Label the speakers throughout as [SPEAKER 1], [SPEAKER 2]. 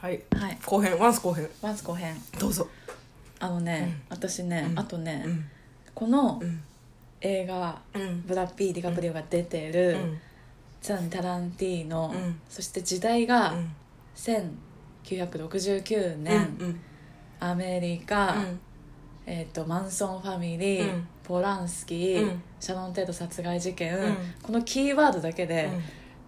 [SPEAKER 1] はい
[SPEAKER 2] はい
[SPEAKER 1] 後編ワンス後編
[SPEAKER 2] ワンス後編
[SPEAKER 1] どうぞ
[SPEAKER 2] あのね、私ね、
[SPEAKER 1] うん
[SPEAKER 2] あとね、
[SPEAKER 1] うん
[SPEAKER 2] この
[SPEAKER 1] うん
[SPEAKER 2] 映画
[SPEAKER 1] うん
[SPEAKER 2] ブラッピー・ディカプリオが出て
[SPEAKER 1] う
[SPEAKER 2] る、
[SPEAKER 1] ん
[SPEAKER 2] ザン・タランティーノ、
[SPEAKER 1] うん
[SPEAKER 2] そして時代が1969年、
[SPEAKER 1] うん
[SPEAKER 2] アメリカ、
[SPEAKER 1] うん
[SPEAKER 2] えー、とマンソンファミリー、
[SPEAKER 1] うん
[SPEAKER 2] ポランスキー、
[SPEAKER 1] うん
[SPEAKER 2] シャノン・テイト殺害事件、
[SPEAKER 1] うん
[SPEAKER 2] このキーワードだけで、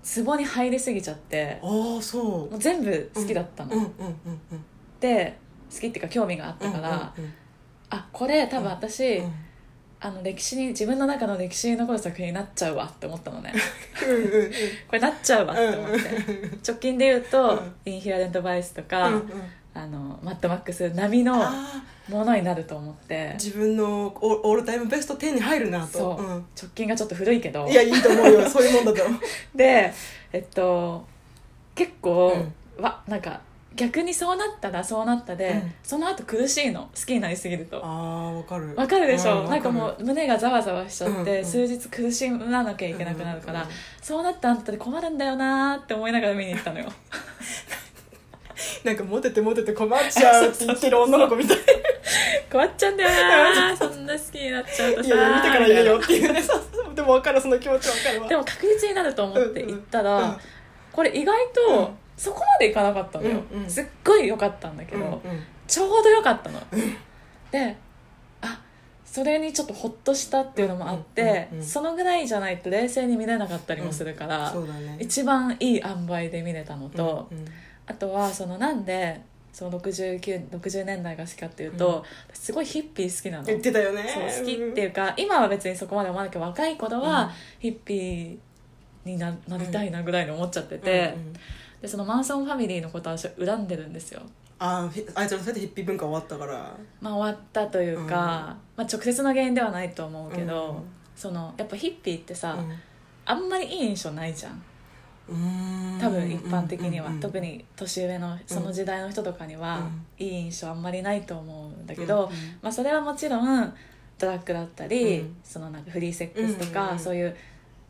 [SPEAKER 2] ツボに入りすぎちゃって
[SPEAKER 1] うんああそう
[SPEAKER 2] もう全部好きだったの、
[SPEAKER 1] うんうんうんうん
[SPEAKER 2] で好きっていうか興味があったから、
[SPEAKER 1] うんうん
[SPEAKER 2] あこれ多分私、
[SPEAKER 1] うん
[SPEAKER 2] あの歴史に自分の中の歴史に残る作品になっちゃうわって思ったのね
[SPEAKER 1] うんうん
[SPEAKER 2] これなっちゃうわって思って、直近で言うと
[SPEAKER 1] うん
[SPEAKER 2] 「インヒラデント・バイス」とか、
[SPEAKER 1] うんうん
[SPEAKER 2] あのマッドマックス並みの
[SPEAKER 1] あ
[SPEAKER 2] ものになると思って
[SPEAKER 1] ー自分のオールタイムベスト10に入るなと
[SPEAKER 2] そう、
[SPEAKER 1] うん
[SPEAKER 2] 直近がちょっと古いけど
[SPEAKER 1] いやいいと思うよそういうもんだと思う
[SPEAKER 2] でえっと結構、
[SPEAKER 1] う
[SPEAKER 2] わなんか逆にそうなったらそうなったで、
[SPEAKER 1] うん
[SPEAKER 2] その後苦しいの好きになりすぎると
[SPEAKER 1] あーわかる
[SPEAKER 2] わかるでしょ、
[SPEAKER 1] う
[SPEAKER 2] なんかも
[SPEAKER 1] わ
[SPEAKER 2] う胸がざわざわしちゃって、
[SPEAKER 1] うんうん
[SPEAKER 2] 数日苦しむなきゃいけなくなるから、
[SPEAKER 1] うんうんうん
[SPEAKER 2] そうなったあんたで困るんだよなーって思いながら見に行ったの よ
[SPEAKER 1] なんかモテてモテて困っちゃうって言ってる女の子みたい
[SPEAKER 2] 困っちゃうんだよなーそんな好きになっちゃうと
[SPEAKER 1] い
[SPEAKER 2] さ
[SPEAKER 1] やいや見てから言え
[SPEAKER 2] み
[SPEAKER 1] よったていうね そうそうでも分かるその気持ち分かる
[SPEAKER 2] いな
[SPEAKER 1] わ
[SPEAKER 2] でも確実になると思って行ったら、
[SPEAKER 1] うんうん
[SPEAKER 2] これ意外
[SPEAKER 1] う
[SPEAKER 2] と
[SPEAKER 1] ん
[SPEAKER 2] そこまでいかなかったのよ、
[SPEAKER 1] うんうん
[SPEAKER 2] すっごい良かったんだけ
[SPEAKER 1] うん
[SPEAKER 2] ど、
[SPEAKER 1] うん
[SPEAKER 2] ちょうど良かったの、であそれにちょっとホッとしたっていうのもあって、
[SPEAKER 1] うんうんうん
[SPEAKER 2] そのぐらいじゃないと冷静に見れなかったりもするから、
[SPEAKER 1] そうだね
[SPEAKER 2] 一番いい塩梅で見れたのと、
[SPEAKER 1] うんうん
[SPEAKER 2] あとはそのなんでその69 60年代が好きかっていうと、私すごいヒッピー好きなの
[SPEAKER 1] 言ってたよね
[SPEAKER 2] そう好きっていうか今は別にそこまで思わないけど若い頃
[SPEAKER 1] うん
[SPEAKER 2] はヒッピーにななりたいなぐらいに思っちゃって
[SPEAKER 1] うん
[SPEAKER 2] て、
[SPEAKER 1] うんうん
[SPEAKER 2] でそのマンソンファミリーのことは私は恨んでるんですよ
[SPEAKER 1] あーひあいつらそうやってヒッピー文化終わったから
[SPEAKER 2] まあ、終わったというか、
[SPEAKER 1] うん
[SPEAKER 2] まあ、直接の原因ではないと思うけど、
[SPEAKER 1] うん
[SPEAKER 2] そのやっぱヒッピーってさ、
[SPEAKER 1] うん
[SPEAKER 2] あんまりいい印象ないじゃん
[SPEAKER 1] うん
[SPEAKER 2] 多分一般的には、
[SPEAKER 1] うんうん
[SPEAKER 2] 特に年上のその時代の人とかには、
[SPEAKER 1] うん
[SPEAKER 2] いい印象あんまりないと思うんだけ
[SPEAKER 1] う
[SPEAKER 2] ど
[SPEAKER 1] ん、
[SPEAKER 2] まあ、それはもちろんドラッグだったり、
[SPEAKER 1] うん
[SPEAKER 2] そのなんかフリーセックスとか、
[SPEAKER 1] うんうんうん
[SPEAKER 2] そういう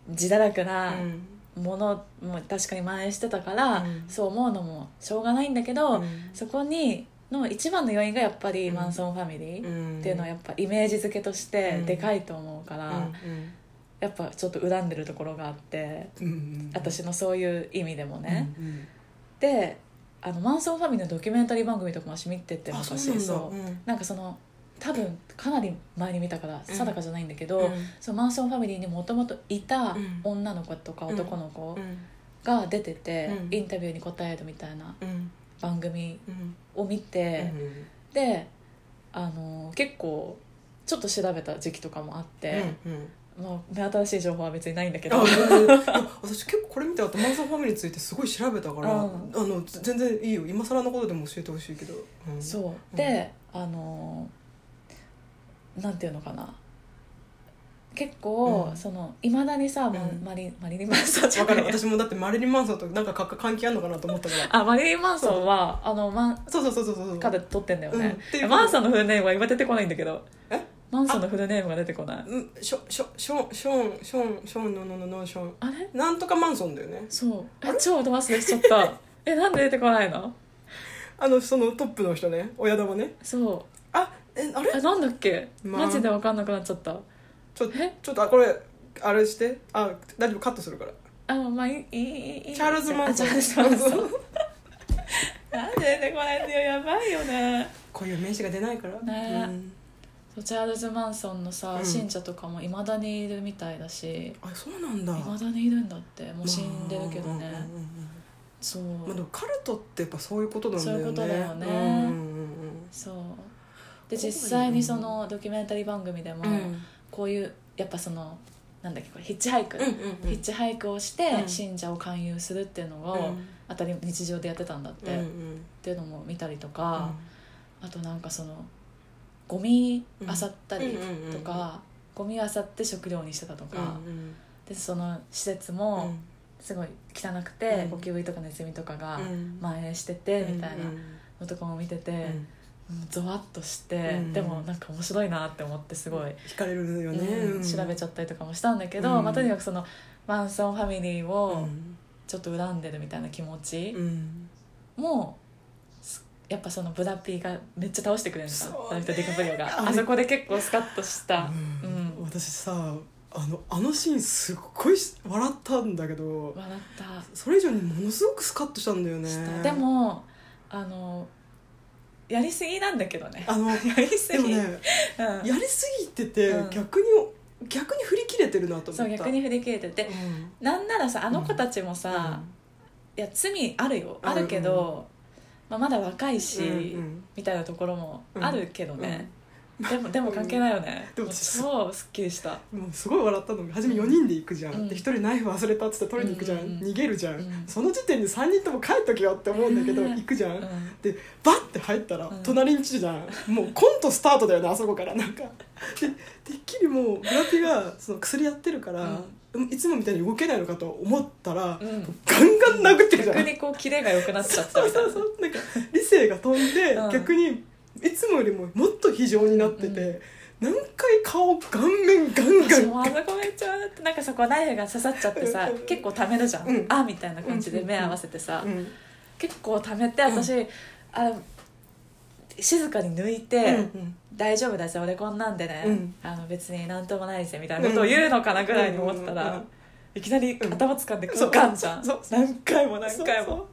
[SPEAKER 2] 自堕落
[SPEAKER 1] う
[SPEAKER 2] なんものも確かに蔓延してたから、
[SPEAKER 1] うん
[SPEAKER 2] そう思うのもしょうがないんだけど、
[SPEAKER 1] うん
[SPEAKER 2] そこにの一番の要因がやっぱり
[SPEAKER 1] うん
[SPEAKER 2] マンソンファミリー。
[SPEAKER 1] うん
[SPEAKER 2] っていうのはやっぱイメージ付けとしてでかいと思うから、
[SPEAKER 1] うん
[SPEAKER 2] やっぱちょっと恨んでるところがあって
[SPEAKER 1] うんうん
[SPEAKER 2] 私のそういう意味でもね、
[SPEAKER 1] うんうん
[SPEAKER 2] であのマンソンファミリーのドキュメンタリー番組とかも私見てて
[SPEAKER 1] あ
[SPEAKER 2] 昔
[SPEAKER 1] そうなんだ
[SPEAKER 2] そう
[SPEAKER 1] うん
[SPEAKER 2] なんかその多分かなり前に見たから
[SPEAKER 1] うん
[SPEAKER 2] 定かじゃないんだけど、
[SPEAKER 1] うん
[SPEAKER 2] そのマンソンファミリーにもともといた
[SPEAKER 1] うん
[SPEAKER 2] 女の子とか男の子
[SPEAKER 1] うん
[SPEAKER 2] が出てて、
[SPEAKER 1] うん
[SPEAKER 2] インタビューに答えるみたいな
[SPEAKER 1] うん
[SPEAKER 2] 番組
[SPEAKER 1] うん
[SPEAKER 2] を見て、
[SPEAKER 1] うん
[SPEAKER 2] であの結構ちょっと調べた時期とかもあって、
[SPEAKER 1] うんうん
[SPEAKER 2] まあ、目新しい情報は別にないんだけど
[SPEAKER 1] あ全然いや私結構これ見てあとマンソンファミリーについてすごい調べたから、
[SPEAKER 2] うん
[SPEAKER 1] あのぜ全然いいよ今更のことでも教えてほしいけど、うん、
[SPEAKER 2] そうで、あのなんていうのかな結構、
[SPEAKER 1] うん
[SPEAKER 2] そのいまだにさ、ま
[SPEAKER 1] うん
[SPEAKER 2] マリマリリン・マンソンじゃ
[SPEAKER 1] わ
[SPEAKER 2] な
[SPEAKER 1] か
[SPEAKER 2] い
[SPEAKER 1] る私もだってマリリン・マンソンとなんかか関係あるのかなと思ったから
[SPEAKER 2] あマリリン・マンソンはあのマン
[SPEAKER 1] そうそうそうそうそう
[SPEAKER 2] から撮ってんだよ
[SPEAKER 1] うんっ
[SPEAKER 2] ね
[SPEAKER 1] ていう、こと
[SPEAKER 2] マンソンのフルネームは今出てこないんだけど
[SPEAKER 1] え
[SPEAKER 2] マンソンのフルネームが出てこない
[SPEAKER 1] うんショショショションションションののののション
[SPEAKER 2] あれ
[SPEAKER 1] なんとかマンソンだよね
[SPEAKER 2] そうえ超ド忘れしちゃった えなんで出てこないの
[SPEAKER 1] あのそのトップの人ね親玉ね
[SPEAKER 2] そう
[SPEAKER 1] あえあれ
[SPEAKER 2] えなんだっけ、
[SPEAKER 1] まあ
[SPEAKER 2] マジで分かんなくなっちゃった
[SPEAKER 1] ちょ
[SPEAKER 2] え
[SPEAKER 1] ちょっとあこれあれしてあ大丈夫カットするから
[SPEAKER 2] あまあいいいいいい
[SPEAKER 1] チャールズ・マンソン
[SPEAKER 2] あチャールズマンソンなんで出てこないんだよやばいよね
[SPEAKER 1] こういう名詞が出ないから
[SPEAKER 2] ね
[SPEAKER 1] うん
[SPEAKER 2] そうチャールズ・マンソンのさ、
[SPEAKER 1] うん
[SPEAKER 2] 信者とかもいまだにいるみたいだし
[SPEAKER 1] あそうなんだ
[SPEAKER 2] いまだにいるんだってもう死んでるけどね、
[SPEAKER 1] うんうんうんうん
[SPEAKER 2] そう、
[SPEAKER 1] まあ、でもカルトってやっぱそういうことなんだよね
[SPEAKER 2] そういうことだよね
[SPEAKER 1] うん
[SPEAKER 2] そうで実際にそのドキュメンタリー番組でも、
[SPEAKER 1] うんうん
[SPEAKER 2] こういうやっぱそのなんだっけこれヒッチハイク、
[SPEAKER 1] うんうん
[SPEAKER 2] ヒッチハイクをして
[SPEAKER 1] うん
[SPEAKER 2] 信者を勧誘するっていうの
[SPEAKER 1] うんう
[SPEAKER 2] を、
[SPEAKER 1] ん
[SPEAKER 2] 当たり日常でやってたんだって、
[SPEAKER 1] うんう
[SPEAKER 2] っ
[SPEAKER 1] ん
[SPEAKER 2] ていうのも見たりとか、あとなんかそのゴミ漁ったりとか、
[SPEAKER 1] うんうん
[SPEAKER 2] ゴミ漁って食料にしてたとか、
[SPEAKER 1] うん
[SPEAKER 2] でその施設
[SPEAKER 1] うん
[SPEAKER 2] もすごい汚くて、
[SPEAKER 1] うん
[SPEAKER 2] ゴキブリとかネズミとかが
[SPEAKER 1] うん
[SPEAKER 2] 蔓延しててみたいな
[SPEAKER 1] うん
[SPEAKER 2] のとかも見てて、
[SPEAKER 1] うんうん
[SPEAKER 2] うんゾワッとして、
[SPEAKER 1] うん
[SPEAKER 2] でもなんか面白いなって思ってすごい、
[SPEAKER 1] 惹かれるよね、
[SPEAKER 2] うん調べち
[SPEAKER 1] ゃ
[SPEAKER 2] ゃったりとかもしたんだけど、
[SPEAKER 1] うん
[SPEAKER 2] まあ、とにかくそのマンソンファミリー
[SPEAKER 1] う
[SPEAKER 2] を
[SPEAKER 1] ん
[SPEAKER 2] ちょっと恨んでるみたいな気持ち
[SPEAKER 1] うん
[SPEAKER 2] もやっぱそのブダピーがめっちゃ倒してくれるの
[SPEAKER 1] そうね
[SPEAKER 2] かダビッド・ディカプリオ
[SPEAKER 1] あ
[SPEAKER 2] が
[SPEAKER 1] れ
[SPEAKER 2] あそこで結構スカッとしたう
[SPEAKER 1] うん
[SPEAKER 2] ん
[SPEAKER 1] 私さあのあのシーンすっごい笑ったんだけど
[SPEAKER 2] 笑った
[SPEAKER 1] それ以上にものすごくスカッとしたんだよね
[SPEAKER 2] したでもあのやりすぎなんだけどね
[SPEAKER 1] あ の
[SPEAKER 2] やりす
[SPEAKER 1] でも
[SPEAKER 2] ぎ、
[SPEAKER 1] ね
[SPEAKER 2] うん
[SPEAKER 1] やりすぎてて、
[SPEAKER 2] うん
[SPEAKER 1] 逆に逆に振り切れてるなと思った
[SPEAKER 2] そう逆に振り切れてて
[SPEAKER 1] うん
[SPEAKER 2] なんならさあの子たちもさ、いや罪あるよあるけど、まあ、まだ若いし、
[SPEAKER 1] うんうん
[SPEAKER 2] みたいなところもあるけどね、でもでも
[SPEAKER 1] うん
[SPEAKER 2] 関係ないよね、
[SPEAKER 1] でも
[SPEAKER 2] 超すっきりした、
[SPEAKER 1] もうすごい笑ったのが初め4人で行くじゃん、
[SPEAKER 2] うん
[SPEAKER 1] で1人ナイフ忘れたっつって取りに行くじゃん、
[SPEAKER 2] うんうんうん
[SPEAKER 1] 逃げるじゃん、
[SPEAKER 2] うん
[SPEAKER 1] その時点で3人とも帰っとけよって思うんだけど、
[SPEAKER 2] うん
[SPEAKER 1] 行くじゃ
[SPEAKER 2] う
[SPEAKER 1] ん、
[SPEAKER 2] ん
[SPEAKER 1] でバッて入ったら
[SPEAKER 2] うん
[SPEAKER 1] 隣んちじゃん、もうコントスタートだよねあそこからなんかでてっきりもうブラピがその薬やってるから、いつもみたいに動けないのかと思ったら、
[SPEAKER 2] うん
[SPEAKER 1] ガンガン殴ってるじゃん
[SPEAKER 2] 逆にこうキレが良くなっちゃった
[SPEAKER 1] そう
[SPEAKER 2] みたい
[SPEAKER 1] そ
[SPEAKER 2] な
[SPEAKER 1] うそうなんか理性が飛んで、
[SPEAKER 2] うん
[SPEAKER 1] 逆にいつもよりももっと非常になってて、何回顔顔面ガンガ
[SPEAKER 2] 私
[SPEAKER 1] ン
[SPEAKER 2] もあそこめっちゃ笑ってなんかそこナイフが刺さっちゃってさ
[SPEAKER 1] うん
[SPEAKER 2] 結構ためるじゃん、
[SPEAKER 1] うん
[SPEAKER 2] あみたいな感じで目合わせてさ、
[SPEAKER 1] うん
[SPEAKER 2] 結構ためて私、あ静かに抜いて、
[SPEAKER 1] うん
[SPEAKER 2] 大丈夫だぜ俺こんなんでね、
[SPEAKER 1] うん
[SPEAKER 2] あの別に何ともないぜみたいなことを言うのかなぐらいに思ったら、
[SPEAKER 1] うんうん
[SPEAKER 2] いきなり
[SPEAKER 1] うん
[SPEAKER 2] 頭掴んで
[SPEAKER 1] そう
[SPEAKER 2] ガンじゃん、
[SPEAKER 1] そう
[SPEAKER 2] 何回も何回
[SPEAKER 1] そう
[SPEAKER 2] も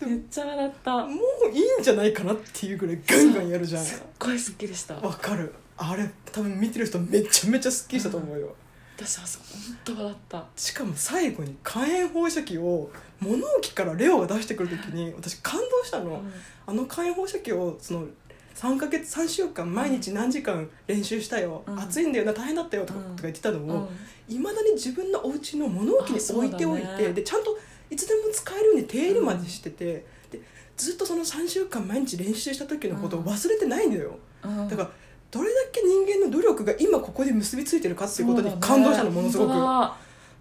[SPEAKER 1] そう
[SPEAKER 2] めっちゃ笑った
[SPEAKER 1] もういいんじゃないかなっていうぐらいガンガンやるじゃん
[SPEAKER 2] すっごいすっきりした
[SPEAKER 1] わかるあれ多分見てる人めちゃめちゃすっきりしたと思うよ、
[SPEAKER 2] 私はそこ本当笑った
[SPEAKER 1] しかも最後に火炎放射器を物置からレオが出してくる時に私感動したの、あの火炎放射器をその3ヶ月3週間毎日何時間練習したよ、
[SPEAKER 2] うん
[SPEAKER 1] 暑いんだよな大変だったよとか,、
[SPEAKER 2] うん
[SPEAKER 1] とか言ってたの
[SPEAKER 2] うん
[SPEAKER 1] をいま、未だに自分のお家の物置に
[SPEAKER 2] あそうだ
[SPEAKER 1] 置い
[SPEAKER 2] ね
[SPEAKER 1] ておいて、でちゃんといつでも使えるように手入れまでしてて、でずっとその3週間毎日練習した時のことを忘れてないのよ、
[SPEAKER 2] うん
[SPEAKER 1] だからどれだけ人間の努力が今ここで結びついてるかっていうことに
[SPEAKER 2] そうだね
[SPEAKER 1] 感動したのものすごく、
[SPEAKER 2] 本当だ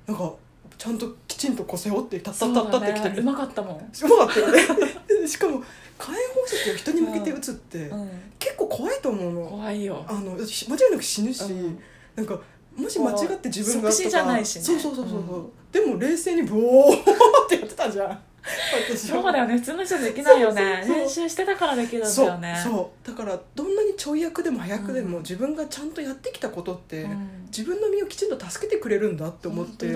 [SPEAKER 1] なんかちゃんときちんとこう背負ってタッタッタッタってきて
[SPEAKER 2] そうだね
[SPEAKER 1] る
[SPEAKER 2] うまかったもん、
[SPEAKER 1] うまかったよね でしかも火炎放射器を人に向けて撃つって、
[SPEAKER 2] うん
[SPEAKER 1] 結構怖いと思うの
[SPEAKER 2] 怖いよ
[SPEAKER 1] あの間違いなく死ぬし、
[SPEAKER 2] うん
[SPEAKER 1] なんかもし間違って自分が
[SPEAKER 2] 即死じゃないしね
[SPEAKER 1] そうそうそうそうそう
[SPEAKER 2] う
[SPEAKER 1] でも冷静にブオーってやってたじゃん私
[SPEAKER 2] そうだ
[SPEAKER 1] よ
[SPEAKER 2] よね普通の人できないよね
[SPEAKER 1] そうそうそう
[SPEAKER 2] 練習してたからできるんだ
[SPEAKER 1] そう
[SPEAKER 2] よね
[SPEAKER 1] そうだからどんなにちょい役でも早くでも、
[SPEAKER 2] うん
[SPEAKER 1] 自分がちゃんとやってきたことって、
[SPEAKER 2] うん
[SPEAKER 1] 自分の身をきちんと助けてくれるんだって思っ
[SPEAKER 2] 本
[SPEAKER 1] て
[SPEAKER 2] 当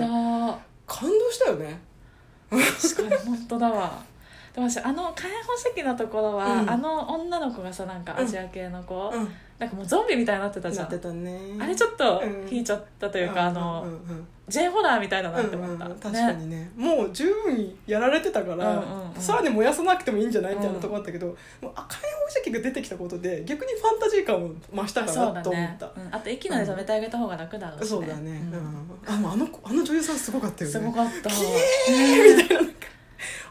[SPEAKER 2] だ
[SPEAKER 1] 感動したよね
[SPEAKER 2] 確かに本当だわでも私あの火炎放射器のところは、
[SPEAKER 1] うん
[SPEAKER 2] あの女の子がさなんかアジア系の子、
[SPEAKER 1] うん
[SPEAKER 2] なんかもうゾンビみたいになってたじ
[SPEAKER 1] な
[SPEAKER 2] ゃ
[SPEAKER 1] っ
[SPEAKER 2] ん
[SPEAKER 1] てたね
[SPEAKER 2] あれちょっと
[SPEAKER 1] うん
[SPEAKER 2] 引いちゃったというか、あの、
[SPEAKER 1] うんうんうん、
[SPEAKER 2] J ホラーみたいだなって思った、
[SPEAKER 1] うんうん、確か
[SPEAKER 2] ね
[SPEAKER 1] にねもう十分やられてたから、
[SPEAKER 2] うんうんうん
[SPEAKER 1] さらに燃やさなくてもいいんじゃないみたいなとこあったけど、もう赤い放射器が出てきたことで逆にファンタジー感を増したか
[SPEAKER 2] そう
[SPEAKER 1] な
[SPEAKER 2] だ
[SPEAKER 1] と思
[SPEAKER 2] ね
[SPEAKER 1] った、
[SPEAKER 2] うん、あと息ので止めてあげた方が楽だろうし、ね、
[SPEAKER 1] そうだね、うん
[SPEAKER 2] うん
[SPEAKER 1] あもうあの子あの女優さんすごかったよね
[SPEAKER 2] すごかった
[SPEAKER 1] きれいみたいななんか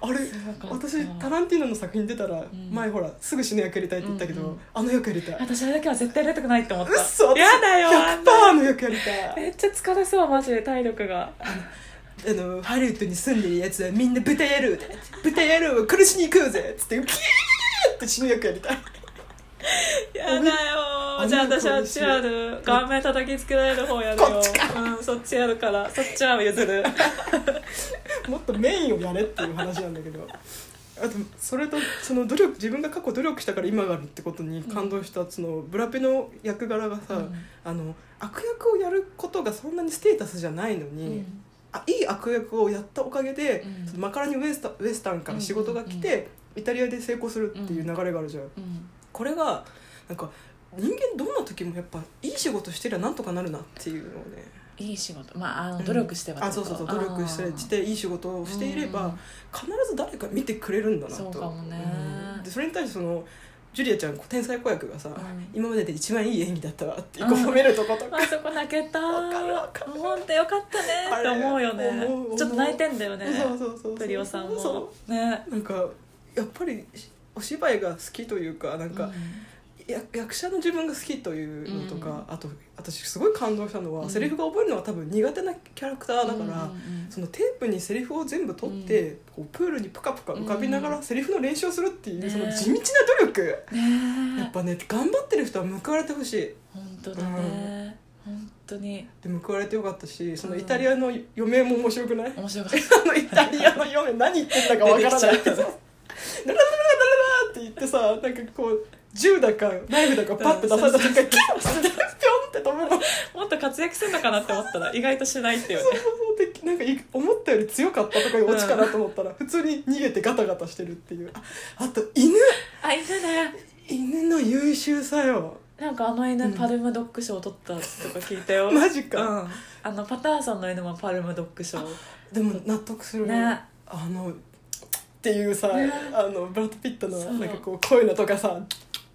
[SPEAKER 1] あれ
[SPEAKER 2] すごかった
[SPEAKER 1] 私タランティーノの作品出たら、
[SPEAKER 2] ん
[SPEAKER 1] 前ほらすぐ死ぬ役やりたいって言ったけど、
[SPEAKER 2] うんうん
[SPEAKER 1] あの役やりたい
[SPEAKER 2] 私あれだけは絶対出てくないって思った
[SPEAKER 1] うっそ
[SPEAKER 2] やだよあん
[SPEAKER 1] 100%
[SPEAKER 2] な
[SPEAKER 1] あの役やりたい
[SPEAKER 2] めっちゃ疲れそうマジで体力が
[SPEAKER 1] あのハリウッドに住んでるやつはみんな豚野郎だ豚野郎を殺しに行くぜっつってキーって死ぬ役やりたい
[SPEAKER 2] やだよじゃあ私はあっちやる顔面叩きつけられる方やるよ
[SPEAKER 1] こっち
[SPEAKER 2] うん、そっちやるからそっちは譲る
[SPEAKER 1] もっとメインをやれっていう話なんだけどあとそれとその努力自分が過去努力したから今があるってことに感動した、そのブラペの役柄がさ、
[SPEAKER 2] うん
[SPEAKER 1] あの悪役をやることがそんなにステータスじゃないのに、
[SPEAKER 2] うん
[SPEAKER 1] あいい悪役をやったおかげで、
[SPEAKER 2] うん
[SPEAKER 1] そのマカラニウエスタウエスタンから仕事が来て、イタリアで成功するっていう流れがあるじゃん、
[SPEAKER 2] うん
[SPEAKER 1] これがなんか人間どんな時もやっぱいい仕事してりゃなんとかなるなっていうのをね
[SPEAKER 2] いい仕事まああの努力しては
[SPEAKER 1] あそうそうそう努力してしていい仕事をしていれば、
[SPEAKER 2] うん
[SPEAKER 1] 必ず誰か見てくれるんだなと
[SPEAKER 2] そうかもね
[SPEAKER 1] うんでそれに対してそのジュリアちゃん天才子役がさ、
[SPEAKER 2] ん
[SPEAKER 1] 今までで一番いい演技だったわって
[SPEAKER 2] うん
[SPEAKER 1] 褒めるとことか、
[SPEAKER 2] あそこ泣けた
[SPEAKER 1] わかるわかる
[SPEAKER 2] 本当よかったね
[SPEAKER 1] あ
[SPEAKER 2] って
[SPEAKER 1] れ
[SPEAKER 2] 思うよね
[SPEAKER 1] 思う思う
[SPEAKER 2] ちょっと泣いてんだよ ね
[SPEAKER 1] そうそうそう
[SPEAKER 2] トリオさんも
[SPEAKER 1] そ
[SPEAKER 2] ね
[SPEAKER 1] うなんかやっぱりお芝居が好きというかなんか、や役者の自分が好きというのとか、あと私すごい感動したの
[SPEAKER 2] う
[SPEAKER 1] は、
[SPEAKER 2] ん
[SPEAKER 1] セリフが覚えるのは多分苦手なキャラクターだから、そのテープにセリフを全部取って、こうプールにプカプカ浮かびながらセリフの練習をするっていう、
[SPEAKER 2] ね
[SPEAKER 1] その地道な努力、
[SPEAKER 2] ね
[SPEAKER 1] やっぱね頑張ってる人は報われてほしい
[SPEAKER 2] 本当だね本当に
[SPEAKER 1] で報われてよかったしそのイタリアの嫁も面白くない、
[SPEAKER 2] 面白かった
[SPEAKER 1] あのイタリアの嫁何言ってんだかわからない
[SPEAKER 2] 出てきちゃった
[SPEAKER 1] ラララララララって行ってさなんかこう銃だかナイフだかパッて出された瞬間キュンってピョンって飛ぶのそう
[SPEAKER 2] もっと活躍するのかなって思ったら意外としないっていう
[SPEAKER 1] そう
[SPEAKER 2] ね
[SPEAKER 1] そうでなんかい思ったより強かったとかいうオチかなと思ったら普通に逃げてガタガタしてるっていうああと犬
[SPEAKER 2] あ犬ね
[SPEAKER 1] 犬の優秀さよ
[SPEAKER 2] なんかあの犬
[SPEAKER 1] うん
[SPEAKER 2] パルムドッグ賞取ったとか聞いたよ、
[SPEAKER 1] マジ
[SPEAKER 2] う
[SPEAKER 1] か、
[SPEAKER 2] ん、あのパターソンの犬もパルムドッグ賞
[SPEAKER 1] でも納得する
[SPEAKER 2] ね
[SPEAKER 1] あのっていうさ、
[SPEAKER 2] ね
[SPEAKER 1] あのブラッド・ピットの
[SPEAKER 2] そう
[SPEAKER 1] なんかこうこういうのとかさ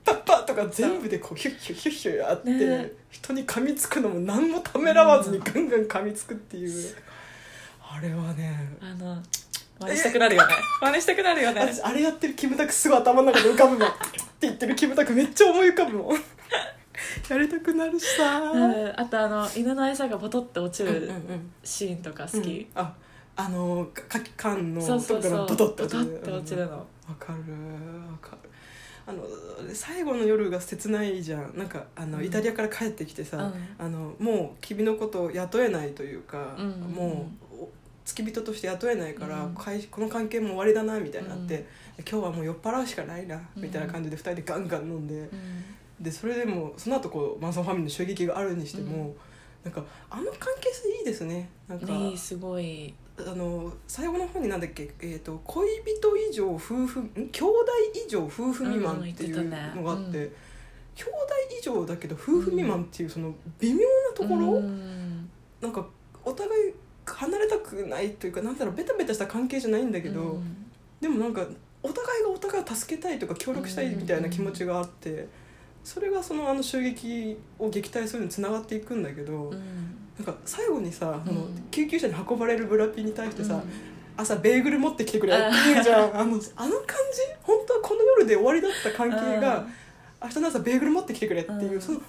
[SPEAKER 1] パッパッとか全部でこうヒュッヒュッヒュッヒュッあって、
[SPEAKER 2] ね
[SPEAKER 1] 人に噛みつくのも何もためらわずにガンガン噛みつくっていう、あれはね
[SPEAKER 2] あの真似したくなるよね真似したくなるよね
[SPEAKER 1] 私あれやってるキムタクすぐ頭の中で浮かぶもんって言ってるキムタクめっちゃ思い浮かぶもんやりたくなるしさ、
[SPEAKER 2] うんあとあの犬の餌がボトって落ち
[SPEAKER 1] うんうん
[SPEAKER 2] る
[SPEAKER 1] うん
[SPEAKER 2] シーンとか
[SPEAKER 1] う
[SPEAKER 2] 好
[SPEAKER 1] ん
[SPEAKER 2] き、
[SPEAKER 1] ああのかかき缶の
[SPEAKER 2] そうそう
[SPEAKER 1] とこ
[SPEAKER 2] そ
[SPEAKER 1] ろ
[SPEAKER 2] う
[SPEAKER 1] ボトッと
[SPEAKER 2] ボトって落ちるの、
[SPEAKER 1] わかるわかるあの最後の夜が切ないじゃんなんかあの、
[SPEAKER 2] うん
[SPEAKER 1] イタリアから帰ってきて
[SPEAKER 2] う
[SPEAKER 1] さ、
[SPEAKER 2] ん
[SPEAKER 1] あのもう君のことを雇えないというか、
[SPEAKER 2] うん
[SPEAKER 1] もうお付き人として雇えないから、
[SPEAKER 2] うん
[SPEAKER 1] かいこの関係も終わりだなみたいになって、
[SPEAKER 2] うん
[SPEAKER 1] 今日はもう酔っ払うしかないな、
[SPEAKER 2] うん
[SPEAKER 1] みたいな感じで2人でガンガン飲んで
[SPEAKER 2] うん
[SPEAKER 1] でそれでもその後こうマンソンファミリーの襲撃があるにしても、なんかあの関係性いいですねなんか
[SPEAKER 2] ねすごい
[SPEAKER 1] あの最後の方になんだっけ、えー、と恋人以上夫婦ん兄弟以上夫婦未満っていうのがあって,、
[SPEAKER 2] うん言ってたねうん
[SPEAKER 1] 兄弟以上だけど夫婦未満っていうその微妙なところ、
[SPEAKER 2] うん
[SPEAKER 1] なんかお互い離れたくないというかなんだろうベタベタした関係じゃないんだけど、
[SPEAKER 2] うん
[SPEAKER 1] でもなんかお互いがお互いを助けたいとか協力したいみたいな気持ちがあって、それがそのあの襲撃を撃退するのにつながっていくんだけど、
[SPEAKER 2] うん
[SPEAKER 1] なんか最後にさ、あの
[SPEAKER 2] うん
[SPEAKER 1] 救急車に運ばれるブラピに対してさ、
[SPEAKER 2] うん
[SPEAKER 1] 朝ベーグル持ってきてくれって言うじゃんあのあの感じ本当はこの夜で終わりだった関係
[SPEAKER 2] う
[SPEAKER 1] が
[SPEAKER 2] ん
[SPEAKER 1] 明日の朝ベーグル持ってきてくれっていううんその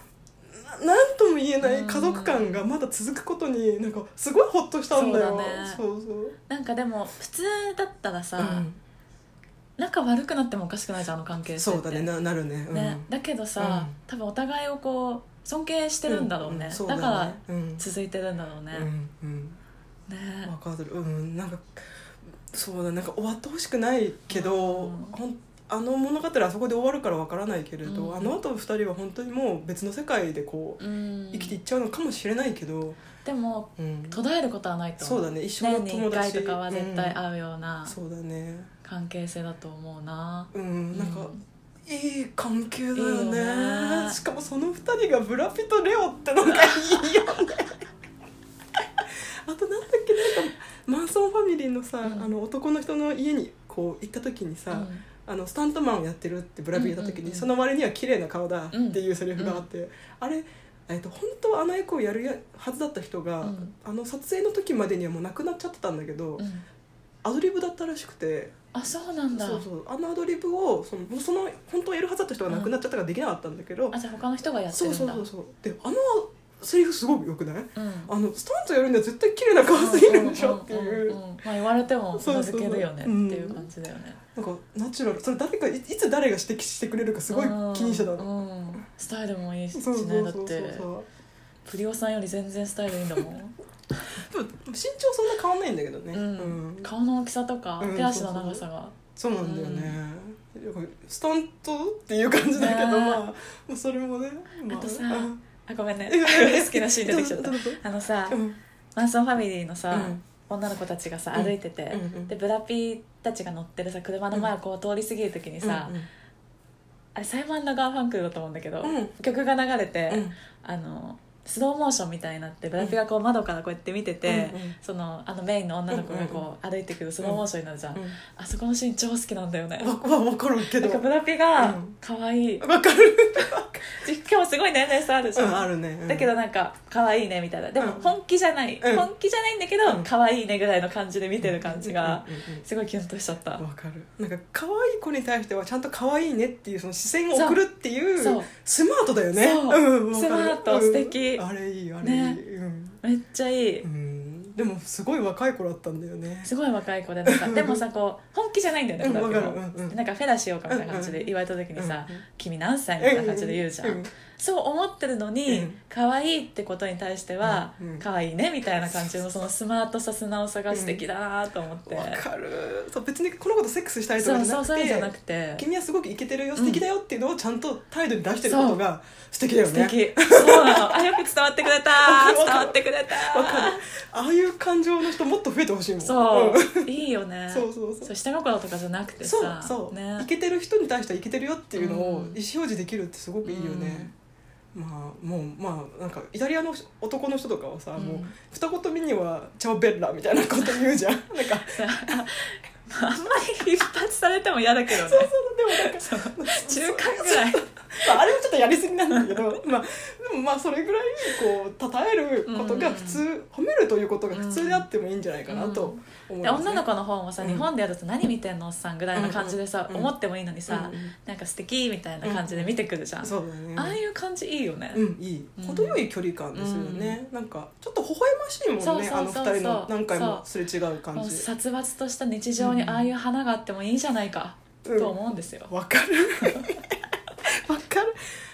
[SPEAKER 1] ななんとも言えな
[SPEAKER 2] う
[SPEAKER 1] い
[SPEAKER 2] ん
[SPEAKER 1] 家族感がまだ続くことになんかすごいホッとしたんだ
[SPEAKER 2] そう
[SPEAKER 1] よ
[SPEAKER 2] だね
[SPEAKER 1] そうそう
[SPEAKER 2] なんかでも普通だったらさ、
[SPEAKER 1] うん
[SPEAKER 2] 仲悪くなってもおかしくないじゃんあの関係性って
[SPEAKER 1] そうだねななるねうん
[SPEAKER 2] ねだけどさ、
[SPEAKER 1] うん
[SPEAKER 2] 多分お互いをこう尊敬してるんだろうね,、
[SPEAKER 1] そ
[SPEAKER 2] だから
[SPEAKER 1] ねうん
[SPEAKER 2] 続いてるんだろうね、
[SPEAKER 1] うんうん
[SPEAKER 2] ね
[SPEAKER 1] わかるうんなんかそうだなんか終わってほしくないけど、
[SPEAKER 2] うん
[SPEAKER 1] ほんあの物語はそこで終わるからわからないけれど、
[SPEAKER 2] うん
[SPEAKER 1] あの後二人は本当にもう別の世界でこう
[SPEAKER 2] うん
[SPEAKER 1] 生きていっちゃうのかもしれないけど、
[SPEAKER 2] でも
[SPEAKER 1] うん、
[SPEAKER 2] 途絶えることはないと
[SPEAKER 1] そ
[SPEAKER 2] 思
[SPEAKER 1] う
[SPEAKER 2] う
[SPEAKER 1] だね一緒
[SPEAKER 2] 年
[SPEAKER 1] の
[SPEAKER 2] に
[SPEAKER 1] 友
[SPEAKER 2] 1回
[SPEAKER 1] 達
[SPEAKER 2] とかは絶対
[SPEAKER 1] うん
[SPEAKER 2] 会うような
[SPEAKER 1] そうだね
[SPEAKER 2] 関係性だと思うな、
[SPEAKER 1] うんなんか、
[SPEAKER 2] う
[SPEAKER 1] いい関係だよね
[SPEAKER 2] いいよね
[SPEAKER 1] しかもその二人がブラピとレオってのがいいよねあとなんだっけなんかマンソンファミリーのさ、
[SPEAKER 2] うん
[SPEAKER 1] あの男の人の家にこう行った時にさ、
[SPEAKER 2] うん
[SPEAKER 1] あのスタントマンをやってるってブラピが言った時
[SPEAKER 2] う
[SPEAKER 1] に、
[SPEAKER 2] んうんうん
[SPEAKER 1] その割には綺麗な顔だっていうセリフがあって、あれ、えっと本当はあの役をやるやはずだった人が、
[SPEAKER 2] うん
[SPEAKER 1] あの撮影の時までにはもう亡くなっちゃってたんだけど、
[SPEAKER 2] うん
[SPEAKER 1] アドリブだったらしくて
[SPEAKER 2] あそうなんだ
[SPEAKER 1] そうそうあのアドリブをそのその本当はやるはずだった人が亡くなっちゃったからできなかったんだけど、
[SPEAKER 2] あじゃあ他の人がやって
[SPEAKER 1] そ
[SPEAKER 2] るん
[SPEAKER 1] う
[SPEAKER 2] だ
[SPEAKER 1] そうそうそうであのセリフすごくよくない
[SPEAKER 2] うん
[SPEAKER 1] あのスタントやるには絶対綺麗な顔すぎるんでしょってい
[SPEAKER 2] ん
[SPEAKER 1] うん
[SPEAKER 2] んんまあ言われても
[SPEAKER 1] そう
[SPEAKER 2] 名
[SPEAKER 1] そうそう
[SPEAKER 2] 付けるよねっていう感じだよね
[SPEAKER 1] なんかナチュラルそれ誰かいいつ誰が指摘してくれるかすごい気にしてたの。
[SPEAKER 2] うんうんスタイルもいいし
[SPEAKER 1] そう
[SPEAKER 2] ね
[SPEAKER 1] そうそう
[SPEAKER 2] だっ
[SPEAKER 1] そう
[SPEAKER 2] てプリオさんより全然スタイルいいんだもん、
[SPEAKER 1] でも身長そんな変わんないんだけどね、
[SPEAKER 2] うん、顔の大きさとか
[SPEAKER 1] うん
[SPEAKER 2] 手足の長さが、
[SPEAKER 1] そうなんだよね、スタントっていう感じだけど、
[SPEAKER 2] ね
[SPEAKER 1] まあまあそれもね、ま
[SPEAKER 2] あとさ
[SPEAKER 1] うん
[SPEAKER 2] あごめんね
[SPEAKER 1] え
[SPEAKER 2] 好きなシーン出てきちゃっ
[SPEAKER 1] どうぞどうぞ
[SPEAKER 2] たあのさ
[SPEAKER 1] うん
[SPEAKER 2] マンソンファミリーのさ、
[SPEAKER 1] うん
[SPEAKER 2] 女の子たちがさ
[SPEAKER 1] うん
[SPEAKER 2] 歩いてて、
[SPEAKER 1] うんうん
[SPEAKER 2] でブラピーたちが乗ってるさ車の前をこう通り過ぎる時にさ、
[SPEAKER 1] うんうん
[SPEAKER 2] あれサイモン・ガーファンクルだと思うんだけど、
[SPEAKER 1] うん
[SPEAKER 2] 曲が流れて、
[SPEAKER 1] うん
[SPEAKER 2] あのスローモーションみたいになってブラピがこう窓からこうやって見てて、
[SPEAKER 1] うんうん
[SPEAKER 2] そのあのメインの女の子がこう歩いてくるスローモーションになるじゃん、あそこのシーン超好きなんだよね
[SPEAKER 1] わわ分かるけ
[SPEAKER 2] な
[SPEAKER 1] ど
[SPEAKER 2] んかブ
[SPEAKER 1] 分
[SPEAKER 2] ラピが
[SPEAKER 1] うん
[SPEAKER 2] 可愛い、
[SPEAKER 1] かる、
[SPEAKER 2] 実況もすごい年齢差あるじ
[SPEAKER 1] う
[SPEAKER 2] ゃん、
[SPEAKER 1] ん、あるね、うん
[SPEAKER 2] だけどなんか可愛いねみたいなでも
[SPEAKER 1] うん
[SPEAKER 2] 本気じゃない、
[SPEAKER 1] うん
[SPEAKER 2] 本気じゃないんだけど
[SPEAKER 1] うん
[SPEAKER 2] 可愛いねぐらいの感じで見てる感じが
[SPEAKER 1] うんうんうんうん
[SPEAKER 2] すごいキュンとしちゃった、
[SPEAKER 1] わかるなんか可愛い子に対してはちゃんと可愛いねっていうその視線を送るっていう
[SPEAKER 2] そう
[SPEAKER 1] スマートだよね
[SPEAKER 2] そうん
[SPEAKER 1] わかる
[SPEAKER 2] スマート
[SPEAKER 1] うん
[SPEAKER 2] 素敵
[SPEAKER 1] あれいいあれいい、
[SPEAKER 2] ね
[SPEAKER 1] うん
[SPEAKER 2] めっちゃいい、
[SPEAKER 1] うんでもすごい若い子だったんだよね
[SPEAKER 2] すごい若い子でなんかでもさこう本気じゃないんだよね
[SPEAKER 1] うん
[SPEAKER 2] 二人とも
[SPEAKER 1] わかるうんうん
[SPEAKER 2] なんかフェラしようかみたいな感じで言われた時にさ「君何歳?」みたいな感じで言うじゃ
[SPEAKER 1] うん
[SPEAKER 2] そう思ってるの
[SPEAKER 1] う
[SPEAKER 2] に
[SPEAKER 1] ん
[SPEAKER 2] 可愛いってことに対しては
[SPEAKER 1] うんうん
[SPEAKER 2] 可愛いねみたいな感じのそのスマートさ素直さが素敵だなと思って
[SPEAKER 1] わかるそう別にこの子とセックスしたいと
[SPEAKER 2] そ
[SPEAKER 1] か
[SPEAKER 2] う
[SPEAKER 1] じゃ
[SPEAKER 2] そう
[SPEAKER 1] な
[SPEAKER 2] そうじゃな
[SPEAKER 1] く
[SPEAKER 2] く
[SPEAKER 1] て
[SPEAKER 2] て
[SPEAKER 1] 君はすごくイケてるよ
[SPEAKER 2] ん
[SPEAKER 1] 素敵だよっていうのをちゃんと態度に出してることが素敵だよ
[SPEAKER 2] 素
[SPEAKER 1] ね
[SPEAKER 2] 敵そうなのあよく伝わってくれた
[SPEAKER 1] わかるわ
[SPEAKER 2] 伝
[SPEAKER 1] かる
[SPEAKER 2] わってくれ
[SPEAKER 1] わかる
[SPEAKER 2] た
[SPEAKER 1] ああいう感情の人もっと増えてほしいもん
[SPEAKER 2] そ
[SPEAKER 1] ん
[SPEAKER 2] ういいよね
[SPEAKER 1] そうそうそう
[SPEAKER 2] そう下心とかじゃなくて
[SPEAKER 1] そう
[SPEAKER 2] さ
[SPEAKER 1] そう、
[SPEAKER 2] ね
[SPEAKER 1] イケてる人に対してはイケてるよっていうのを意思
[SPEAKER 2] うん
[SPEAKER 1] 表示できるってすごくいいよね、まあもうまあなんかイタリアの男の人とかはさ、
[SPEAKER 2] うん
[SPEAKER 1] もう二言目には「チャオベッラ」みたいなこと言 うじゃんなんか
[SPEAKER 2] さああんまり一発されても嫌だけどね
[SPEAKER 1] そうそうでもなんか
[SPEAKER 2] そう中間ぐらい
[SPEAKER 1] まあ、あれもちょっとやりすぎなんだけど、まあ、でもまあそれぐらいこう称えることが普通、
[SPEAKER 2] う
[SPEAKER 1] 褒めるということが普通であってもいいんじゃないかなと思い
[SPEAKER 2] で
[SPEAKER 1] ます、ね
[SPEAKER 2] 女の子の方もさ、
[SPEAKER 1] うん
[SPEAKER 2] 日本でやると何見てんのおっさんぐらいの感じでさ、
[SPEAKER 1] うん
[SPEAKER 2] 思ってもいいのにさ、
[SPEAKER 1] うんうん
[SPEAKER 2] なんか素敵みたいな感じで見てくるじゃん、
[SPEAKER 1] そうだね
[SPEAKER 2] ああいう感じいいよね、
[SPEAKER 1] うん、いい
[SPEAKER 2] うん
[SPEAKER 1] 程よい距離感ですよね、なんかちょっと微笑ましいもんね
[SPEAKER 2] そうそうそうそう
[SPEAKER 1] あの二人の何回もすれ違う感
[SPEAKER 2] もう
[SPEAKER 1] じ
[SPEAKER 2] 殺伐とした日常にああいう花があってもいいじゃないか、
[SPEAKER 1] うん
[SPEAKER 2] と思うんですよ、
[SPEAKER 1] わかる わかる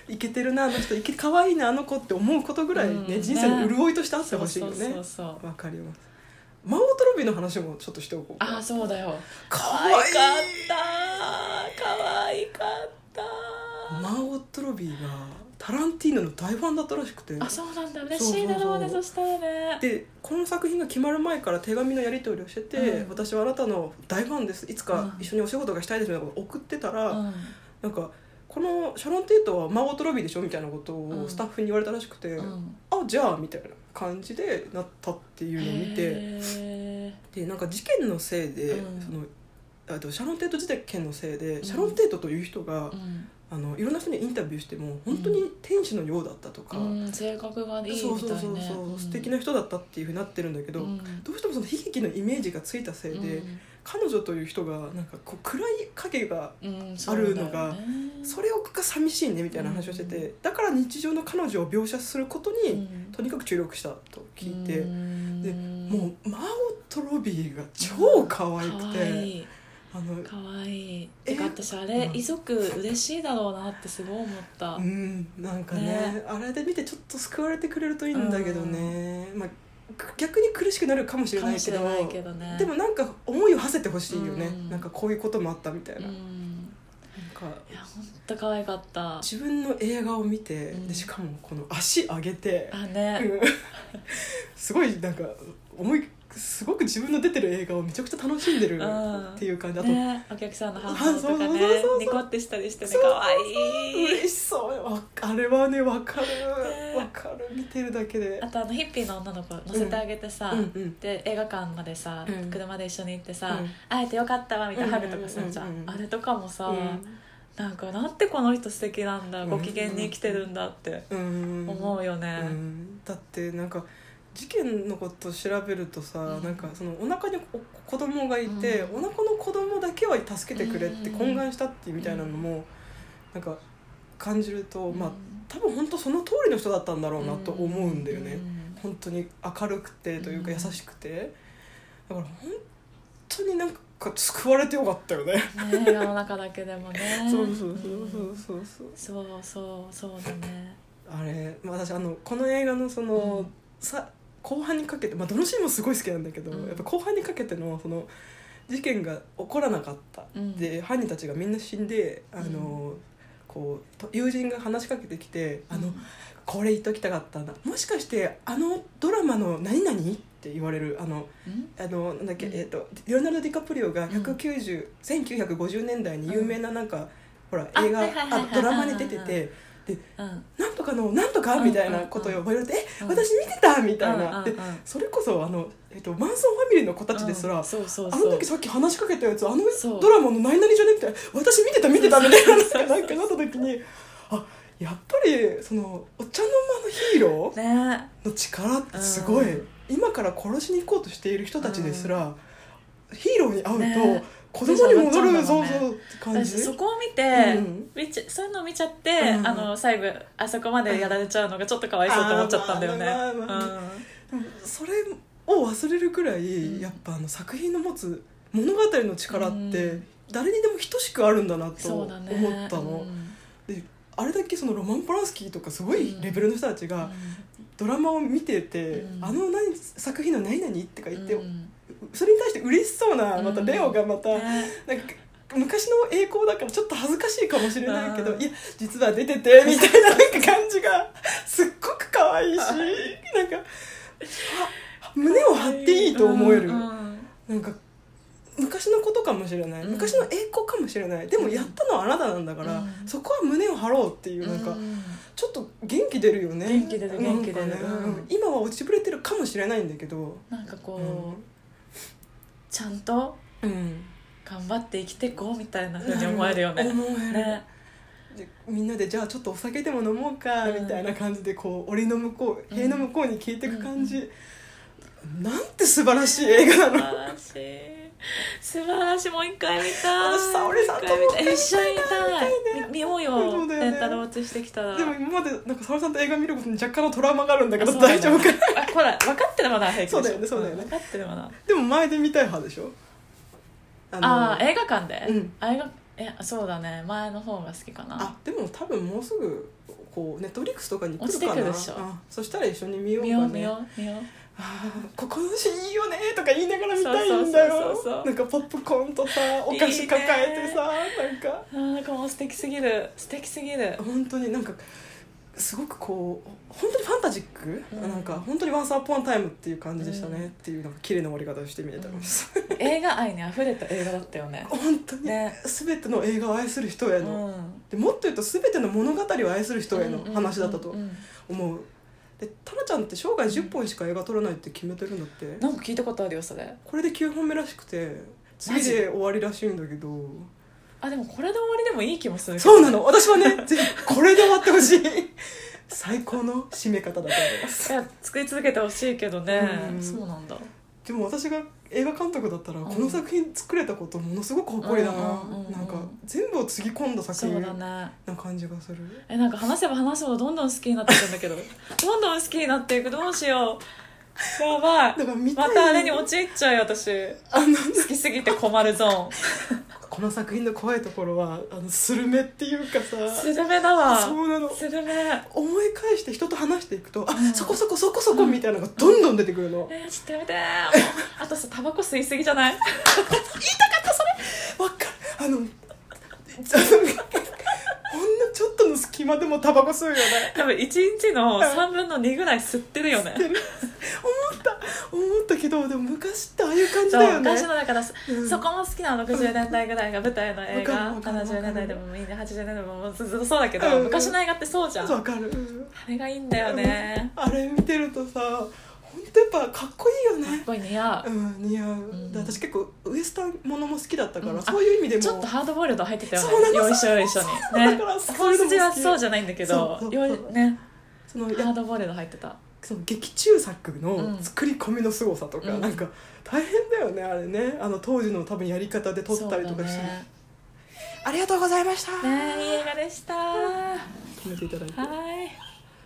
[SPEAKER 1] いけてるなあの人いけ可愛いなあの子って思うことぐらいね、
[SPEAKER 2] うん
[SPEAKER 1] 人生の
[SPEAKER 2] ね
[SPEAKER 1] 潤いとしてあって
[SPEAKER 2] そう
[SPEAKER 1] ほしいよ
[SPEAKER 2] そうそう
[SPEAKER 1] ね
[SPEAKER 2] そう
[SPEAKER 1] わかりますマンオートロビーの話もちょっとしておこう
[SPEAKER 2] ああそうだよ可
[SPEAKER 1] 可
[SPEAKER 2] 愛かっ
[SPEAKER 1] 愛い
[SPEAKER 2] た可愛かった
[SPEAKER 1] マンオートロビーがタランティーノの大ファンだったらしくて
[SPEAKER 2] あそうなんだ嬉しいだろうねそ
[SPEAKER 1] そう
[SPEAKER 2] したらね
[SPEAKER 1] でこの作品が決まる前から手紙のやり取りをしてて、
[SPEAKER 2] うん
[SPEAKER 1] 私はあなたの大ファンですいつか一緒にお仕事がしたいですみたいなことを送ってたら、
[SPEAKER 2] うん
[SPEAKER 1] なんかこのシャロン・テイトはマーゴット・ロビーでしょみたいなこと
[SPEAKER 2] う
[SPEAKER 1] を
[SPEAKER 2] ん
[SPEAKER 1] スタッフに言われたらしくて、
[SPEAKER 2] うん
[SPEAKER 1] あじゃあみたいな感じでなったっていうのを見て
[SPEAKER 2] へ
[SPEAKER 1] でなんか事件のせいで、
[SPEAKER 2] うん
[SPEAKER 1] そのあとシャロン・テイト事件のせいで、
[SPEAKER 2] ん
[SPEAKER 1] シャロン・テイトという人が、
[SPEAKER 2] ーうん
[SPEAKER 1] あのいろんな人にインタビューしても本当に天使のようだったとか、
[SPEAKER 2] うん、性格がいいみたいね
[SPEAKER 1] そうそうそうそう、素敵な人だったっていうふうになってるんだけど、
[SPEAKER 2] うん
[SPEAKER 1] どうしてもその悲劇のイメージがついたせいで、彼女という人がなんかこう暗い影が
[SPEAKER 2] うんうん
[SPEAKER 1] ある
[SPEAKER 2] そ
[SPEAKER 1] のが
[SPEAKER 2] うだよね
[SPEAKER 1] それが寂しいねみたいな話をしてて、だから日常の彼女を描写することに、
[SPEAKER 2] うん
[SPEAKER 1] とにかく注力したと聞いて、
[SPEAKER 2] うん
[SPEAKER 1] でもうマオトロビーが超可愛く
[SPEAKER 2] 可
[SPEAKER 1] て、
[SPEAKER 2] 愛い
[SPEAKER 1] あの
[SPEAKER 2] 可愛い
[SPEAKER 1] え
[SPEAKER 2] てか私あれ
[SPEAKER 1] うん
[SPEAKER 2] 遺族嬉しいだろうなってすごい思った、
[SPEAKER 1] うんなんかね
[SPEAKER 2] ね
[SPEAKER 1] あれで見てちょっと救われてくれるといいんだけどね、まあ、く逆に苦しくなるかもしれ
[SPEAKER 2] か
[SPEAKER 1] ない
[SPEAKER 2] も
[SPEAKER 1] け
[SPEAKER 2] し
[SPEAKER 1] ど
[SPEAKER 2] れないけどね
[SPEAKER 1] でもなんか思いを馳せてほしいよね、
[SPEAKER 2] うん
[SPEAKER 1] なんかこういうこともあったみたいな,、
[SPEAKER 2] う
[SPEAKER 1] なん
[SPEAKER 2] ん
[SPEAKER 1] か
[SPEAKER 2] いや本当可愛かった
[SPEAKER 1] 自分の映画を見て、
[SPEAKER 2] うん
[SPEAKER 1] でしかもこの足上げて、
[SPEAKER 2] あね
[SPEAKER 1] うんすごいなんか思いすごく自分の出てる映画をめちゃくちゃ楽しんでる
[SPEAKER 2] うん
[SPEAKER 1] っていう感じ、あと、
[SPEAKER 2] ねお客さんの反応とか
[SPEAKER 1] あそうそう
[SPEAKER 2] ね
[SPEAKER 1] そうそう
[SPEAKER 2] ニコってしたりしてね
[SPEAKER 1] そうそうそう
[SPEAKER 2] 可愛い
[SPEAKER 1] 嬉しそうわあれはねわか
[SPEAKER 2] ね
[SPEAKER 1] るわかる見てるだけで
[SPEAKER 2] あとあのヒッピーの女の子乗せてあげてさ、
[SPEAKER 1] うんうん
[SPEAKER 2] で映画館までさ、
[SPEAKER 1] うん
[SPEAKER 2] 車で一緒に行ってさ、
[SPEAKER 1] うん
[SPEAKER 2] 会えてよかったわみたいなハグとかするじゃん,、
[SPEAKER 1] うんうんうんうん
[SPEAKER 2] あれとかもさ、
[SPEAKER 1] うん
[SPEAKER 2] なんかなんてこの人素敵なんだ
[SPEAKER 1] うん
[SPEAKER 2] ご機嫌に生きてるんだって
[SPEAKER 1] うん
[SPEAKER 2] 思うよね、
[SPEAKER 1] うんだってなんか事件のこと調べるとさ、
[SPEAKER 2] うん
[SPEAKER 1] なんかそのお腹にお子供がいて、
[SPEAKER 2] う
[SPEAKER 1] お腹の子供だけは助けてくれって
[SPEAKER 2] うん
[SPEAKER 1] 懇願したってみたいなのもなんか感じると、まあ多分本当その通りの人だったんだろうなと思うんだよね、
[SPEAKER 2] うん
[SPEAKER 1] 本当に明るくてというか
[SPEAKER 2] うん
[SPEAKER 1] 優しくてだから本当になんか救われてよかったよね、
[SPEAKER 2] ね世の中だけでもね
[SPEAKER 1] そうそうそうそ
[SPEAKER 2] ん
[SPEAKER 1] うそうそう
[SPEAKER 2] そうそうそうだね
[SPEAKER 1] あれ、まあ、私あのこの映画のその、
[SPEAKER 2] うん
[SPEAKER 1] さ後半にかけて、まあ、どのシーンもすごい好きなんだけど、
[SPEAKER 2] うん
[SPEAKER 1] やっぱ後半にかけてのその事件が起こらなかった、
[SPEAKER 2] うん
[SPEAKER 1] で犯人たちがみんな死んであの、こうと友人が話しかけてきて「あの、これ言っときたかったんだもしかしてあのドラマの何々?」って言われるあの
[SPEAKER 2] うん
[SPEAKER 1] あのなんだっけ、
[SPEAKER 2] うん
[SPEAKER 1] えっとレオナルド・ディカプリオが190、1950年代に有名ななんか、ほら
[SPEAKER 2] あ
[SPEAKER 1] 映画
[SPEAKER 2] はいはいはいはい
[SPEAKER 1] あドラマに出てて。
[SPEAKER 2] うん
[SPEAKER 1] なんとかのなんとかみたいなことを呼ばれて「え私見てた!」みたいな、
[SPEAKER 2] うん
[SPEAKER 1] で
[SPEAKER 2] うんうん
[SPEAKER 1] それこそあの、えっと、マンソンファミリーの子たちですら、
[SPEAKER 2] うんそうそう
[SPEAKER 1] あ
[SPEAKER 2] そう
[SPEAKER 1] の時さっき話しかけたやつあの
[SPEAKER 2] そう
[SPEAKER 1] ドラマの何々じゃねみたいな私見てた見てたみたいな
[SPEAKER 2] そうそうそう
[SPEAKER 1] なんかなった時にあやっぱりそのお茶の間のヒーロ
[SPEAKER 2] ね
[SPEAKER 1] ーの力ってすごい、
[SPEAKER 2] う
[SPEAKER 1] 今から殺しに行こうとしている人たちですら、ヒーローに会うと、
[SPEAKER 2] ね
[SPEAKER 1] 子供に戻る、
[SPEAKER 2] テンション
[SPEAKER 1] そ
[SPEAKER 2] 上がっちゃうんだ
[SPEAKER 1] うそ
[SPEAKER 2] ろ
[SPEAKER 1] うって感じ
[SPEAKER 2] 私そこを見て、
[SPEAKER 1] うん
[SPEAKER 2] 見ちゃそういうのを見ちゃって、
[SPEAKER 1] うん
[SPEAKER 2] あの最後 あそこまでやられちゃうのがちょっとかわいそうと思っちゃったんだよね、
[SPEAKER 1] あーまあまあまあ
[SPEAKER 2] うん
[SPEAKER 1] それを忘れるくらい、
[SPEAKER 2] うん
[SPEAKER 1] やっぱあの作品の持つ物語の力っ
[SPEAKER 2] う
[SPEAKER 1] て
[SPEAKER 2] ん
[SPEAKER 1] 誰にでも等しくあるんだなと
[SPEAKER 2] そ
[SPEAKER 1] 思
[SPEAKER 2] う
[SPEAKER 1] っ
[SPEAKER 2] だ
[SPEAKER 1] た
[SPEAKER 2] ね
[SPEAKER 1] の、あれだけそのロマン・ポランスキーとかすごいレベルの人たち
[SPEAKER 2] うん
[SPEAKER 1] がドラマを見てて
[SPEAKER 2] う
[SPEAKER 1] 「
[SPEAKER 2] ん
[SPEAKER 1] あの何作品の何々?」とか
[SPEAKER 2] うん
[SPEAKER 1] 言って、
[SPEAKER 2] うん
[SPEAKER 1] それに対して嬉しそうなまたレオがまた、
[SPEAKER 2] ね
[SPEAKER 1] なんか昔の栄光だからちょっと恥ずかしいかもしれないけど、
[SPEAKER 2] うん
[SPEAKER 1] いや実は出ててみたいななんか感じがすっごく可愛いし、
[SPEAKER 2] はい
[SPEAKER 1] なんかあ胸を張っていいと思える、
[SPEAKER 2] うんうん
[SPEAKER 1] なんか昔のことかもしれない、
[SPEAKER 2] うん
[SPEAKER 1] 昔の栄光かもしれないでもやったのはあなたなんだから、
[SPEAKER 2] うん
[SPEAKER 1] そこは胸を張ろうっていうなんか、
[SPEAKER 2] うん
[SPEAKER 1] ちょっと元気出るよね
[SPEAKER 2] 元気出る元気出る
[SPEAKER 1] なんかね
[SPEAKER 2] うん
[SPEAKER 1] 今は落ちぶれてるかもしれないんだけど
[SPEAKER 2] なんかこ
[SPEAKER 1] う
[SPEAKER 2] う、
[SPEAKER 1] ん、
[SPEAKER 2] ちゃんと
[SPEAKER 1] うん、
[SPEAKER 2] 頑張って生きてこうみたいなふうに思えるよね
[SPEAKER 1] 思える
[SPEAKER 2] ね
[SPEAKER 1] でみんなでじゃあちょっとお酒でも飲もうか
[SPEAKER 2] うん
[SPEAKER 1] みたいな感じでこう檻の向こう
[SPEAKER 2] うん
[SPEAKER 1] 塀の向こうに消えていく感
[SPEAKER 2] う
[SPEAKER 1] じ、なんて素晴らしい映画
[SPEAKER 2] 素
[SPEAKER 1] なの
[SPEAKER 2] 晴らしい素晴らしいもう一回見たい
[SPEAKER 1] 私沙織さんともう
[SPEAKER 2] も
[SPEAKER 1] 一回見たい
[SPEAKER 2] 一緒に見たいみ見よう
[SPEAKER 1] そ
[SPEAKER 2] よ
[SPEAKER 1] うだよね
[SPEAKER 2] レンタル落ちしてきたら
[SPEAKER 1] でも今までなんか沙織さんと映画見ることに若干のトラウマがあるんだけど
[SPEAKER 2] あそうな
[SPEAKER 1] 大
[SPEAKER 2] んだ
[SPEAKER 1] 丈夫かな
[SPEAKER 2] あほら分かってればな平気でしょ
[SPEAKER 1] そうだよねそうだよね
[SPEAKER 2] ん分かってればな
[SPEAKER 1] でも前で見たい派でしょあ
[SPEAKER 2] ああー映画館で、
[SPEAKER 1] うん
[SPEAKER 2] あ映画えそうだね前の方が好きかな
[SPEAKER 1] あでも多分もうすぐこうネットフリックスとかに来る
[SPEAKER 2] 落ち
[SPEAKER 1] か
[SPEAKER 2] てく
[SPEAKER 1] な
[SPEAKER 2] るでしょ
[SPEAKER 1] あそしたら一緒に見ようか
[SPEAKER 2] 見
[SPEAKER 1] ね
[SPEAKER 2] よう見よう見よう
[SPEAKER 1] あーここのシーンいいよねとか言いながら見たいんだ
[SPEAKER 2] そうそう
[SPEAKER 1] よ
[SPEAKER 2] そうそう
[SPEAKER 1] なんかポップコーンとさお菓子抱えてさなんか
[SPEAKER 2] あーなんかもう素敵すぎる素敵すぎ る
[SPEAKER 1] 本当になんかすごくこう本当にファンタジック、
[SPEAKER 2] うん
[SPEAKER 1] なんか本当に「ワンサーポンタイムっていう感じでしたね、
[SPEAKER 2] うん
[SPEAKER 1] っていうなんか綺麗な終わり方をして見れたんです、
[SPEAKER 2] 映画愛にあふれた映画だったよね
[SPEAKER 1] 本当に、
[SPEAKER 2] ね
[SPEAKER 1] 全ての映画を愛する人へ
[SPEAKER 2] う
[SPEAKER 1] の、
[SPEAKER 2] ん
[SPEAKER 1] でもっと言うと全ての物語を愛する人への話だったと
[SPEAKER 2] うんうんうん
[SPEAKER 1] 思うでタラちゃんって生涯10本しか映画撮らないって決めてるんだって
[SPEAKER 2] なんか聞いたことあるよそれ
[SPEAKER 1] これで9本目らしくて次
[SPEAKER 2] マジ
[SPEAKER 1] で終わりらしいんだけど
[SPEAKER 2] あでもこれで終わりでもいい気もするけど
[SPEAKER 1] そうなの私はねぜひこれで終わってほしい最高の締め方だと思います
[SPEAKER 2] いや作り続けてほしいけどね、
[SPEAKER 1] うん
[SPEAKER 2] そうなんだ
[SPEAKER 1] でも私が映画監督だった
[SPEAKER 2] う
[SPEAKER 1] ら
[SPEAKER 2] ん
[SPEAKER 1] この作品作れたことものすごく誇りだな、
[SPEAKER 2] うんうんうんうん
[SPEAKER 1] なんか全部をつぎ込んだ
[SPEAKER 2] そ
[SPEAKER 1] 作
[SPEAKER 2] うだ
[SPEAKER 1] 品
[SPEAKER 2] ね
[SPEAKER 1] な感じがする、
[SPEAKER 2] えなんか話せば話すほどどんどん好きになっていくんだけどどんどん好きになっていくどうしようやばい
[SPEAKER 1] だから見たい
[SPEAKER 2] またあれに陥っちゃうよ私
[SPEAKER 1] あの
[SPEAKER 2] 好きすぎて困るゾ
[SPEAKER 1] この作品の怖いところはあのスルメっていうかさ
[SPEAKER 2] ーンスルメだわ
[SPEAKER 1] そうなの
[SPEAKER 2] スルメ
[SPEAKER 1] 思い返して人と話していくと、
[SPEAKER 2] うん
[SPEAKER 1] あそこそこそこそこみたいなのがどんどん出てくるの、わ
[SPEAKER 2] えー、ちょっとやめてーもうあとさタバコ吸いすぎじゃない
[SPEAKER 1] かるあの あのほんのちょっとの隙間でもタバコ吸うよね
[SPEAKER 2] 多分一日の3分の2ぐらい吸ってるよね
[SPEAKER 1] 思った思ったけどでも昔ってああいう感じ
[SPEAKER 2] そ
[SPEAKER 1] だ
[SPEAKER 2] う
[SPEAKER 1] よね
[SPEAKER 2] 昔のだから、そ
[SPEAKER 1] うん
[SPEAKER 2] そこも好きなの60年代ぐらいが舞台の映画
[SPEAKER 1] わかるわかる
[SPEAKER 2] 70年代でもいいね80年代でもずっとそうだけど、
[SPEAKER 1] うんうん
[SPEAKER 2] 昔の映画ってそうじゃん
[SPEAKER 1] わ
[SPEAKER 2] あ
[SPEAKER 1] かる、うん
[SPEAKER 2] れがいいんだよね、
[SPEAKER 1] あれ見てるとさ本当やっぱかっこいいよ
[SPEAKER 2] かっ
[SPEAKER 1] ね
[SPEAKER 2] こいいねいや、
[SPEAKER 1] うん似合う、
[SPEAKER 2] ん
[SPEAKER 1] で私結構ウエスタンものも好きだったから、
[SPEAKER 2] うんあ
[SPEAKER 1] そういう意味でも
[SPEAKER 2] ちょっとハードボイルド入ってたよ
[SPEAKER 1] そうな
[SPEAKER 2] ね
[SPEAKER 1] の
[SPEAKER 2] よいしょよいしょに
[SPEAKER 1] うなの
[SPEAKER 2] ね
[SPEAKER 1] だからそういうのも
[SPEAKER 2] 本
[SPEAKER 1] 好き
[SPEAKER 2] 筋はそうじゃないんだけど
[SPEAKER 1] そうそ
[SPEAKER 2] よ
[SPEAKER 1] う
[SPEAKER 2] いね
[SPEAKER 1] その
[SPEAKER 2] ハ
[SPEAKER 1] いや
[SPEAKER 2] ードボイルド入ってた
[SPEAKER 1] その劇中作
[SPEAKER 2] う
[SPEAKER 1] の
[SPEAKER 2] ん
[SPEAKER 1] 作り込みの凄さとか、
[SPEAKER 2] うん
[SPEAKER 1] なんか大変だよねあれねあの当時の多分やり方で撮ったりと
[SPEAKER 2] そ
[SPEAKER 1] かして、
[SPEAKER 2] うだね
[SPEAKER 1] ありがとうございました、
[SPEAKER 2] ねいい映画でしたは
[SPEAKER 1] 止めていただいて
[SPEAKER 2] い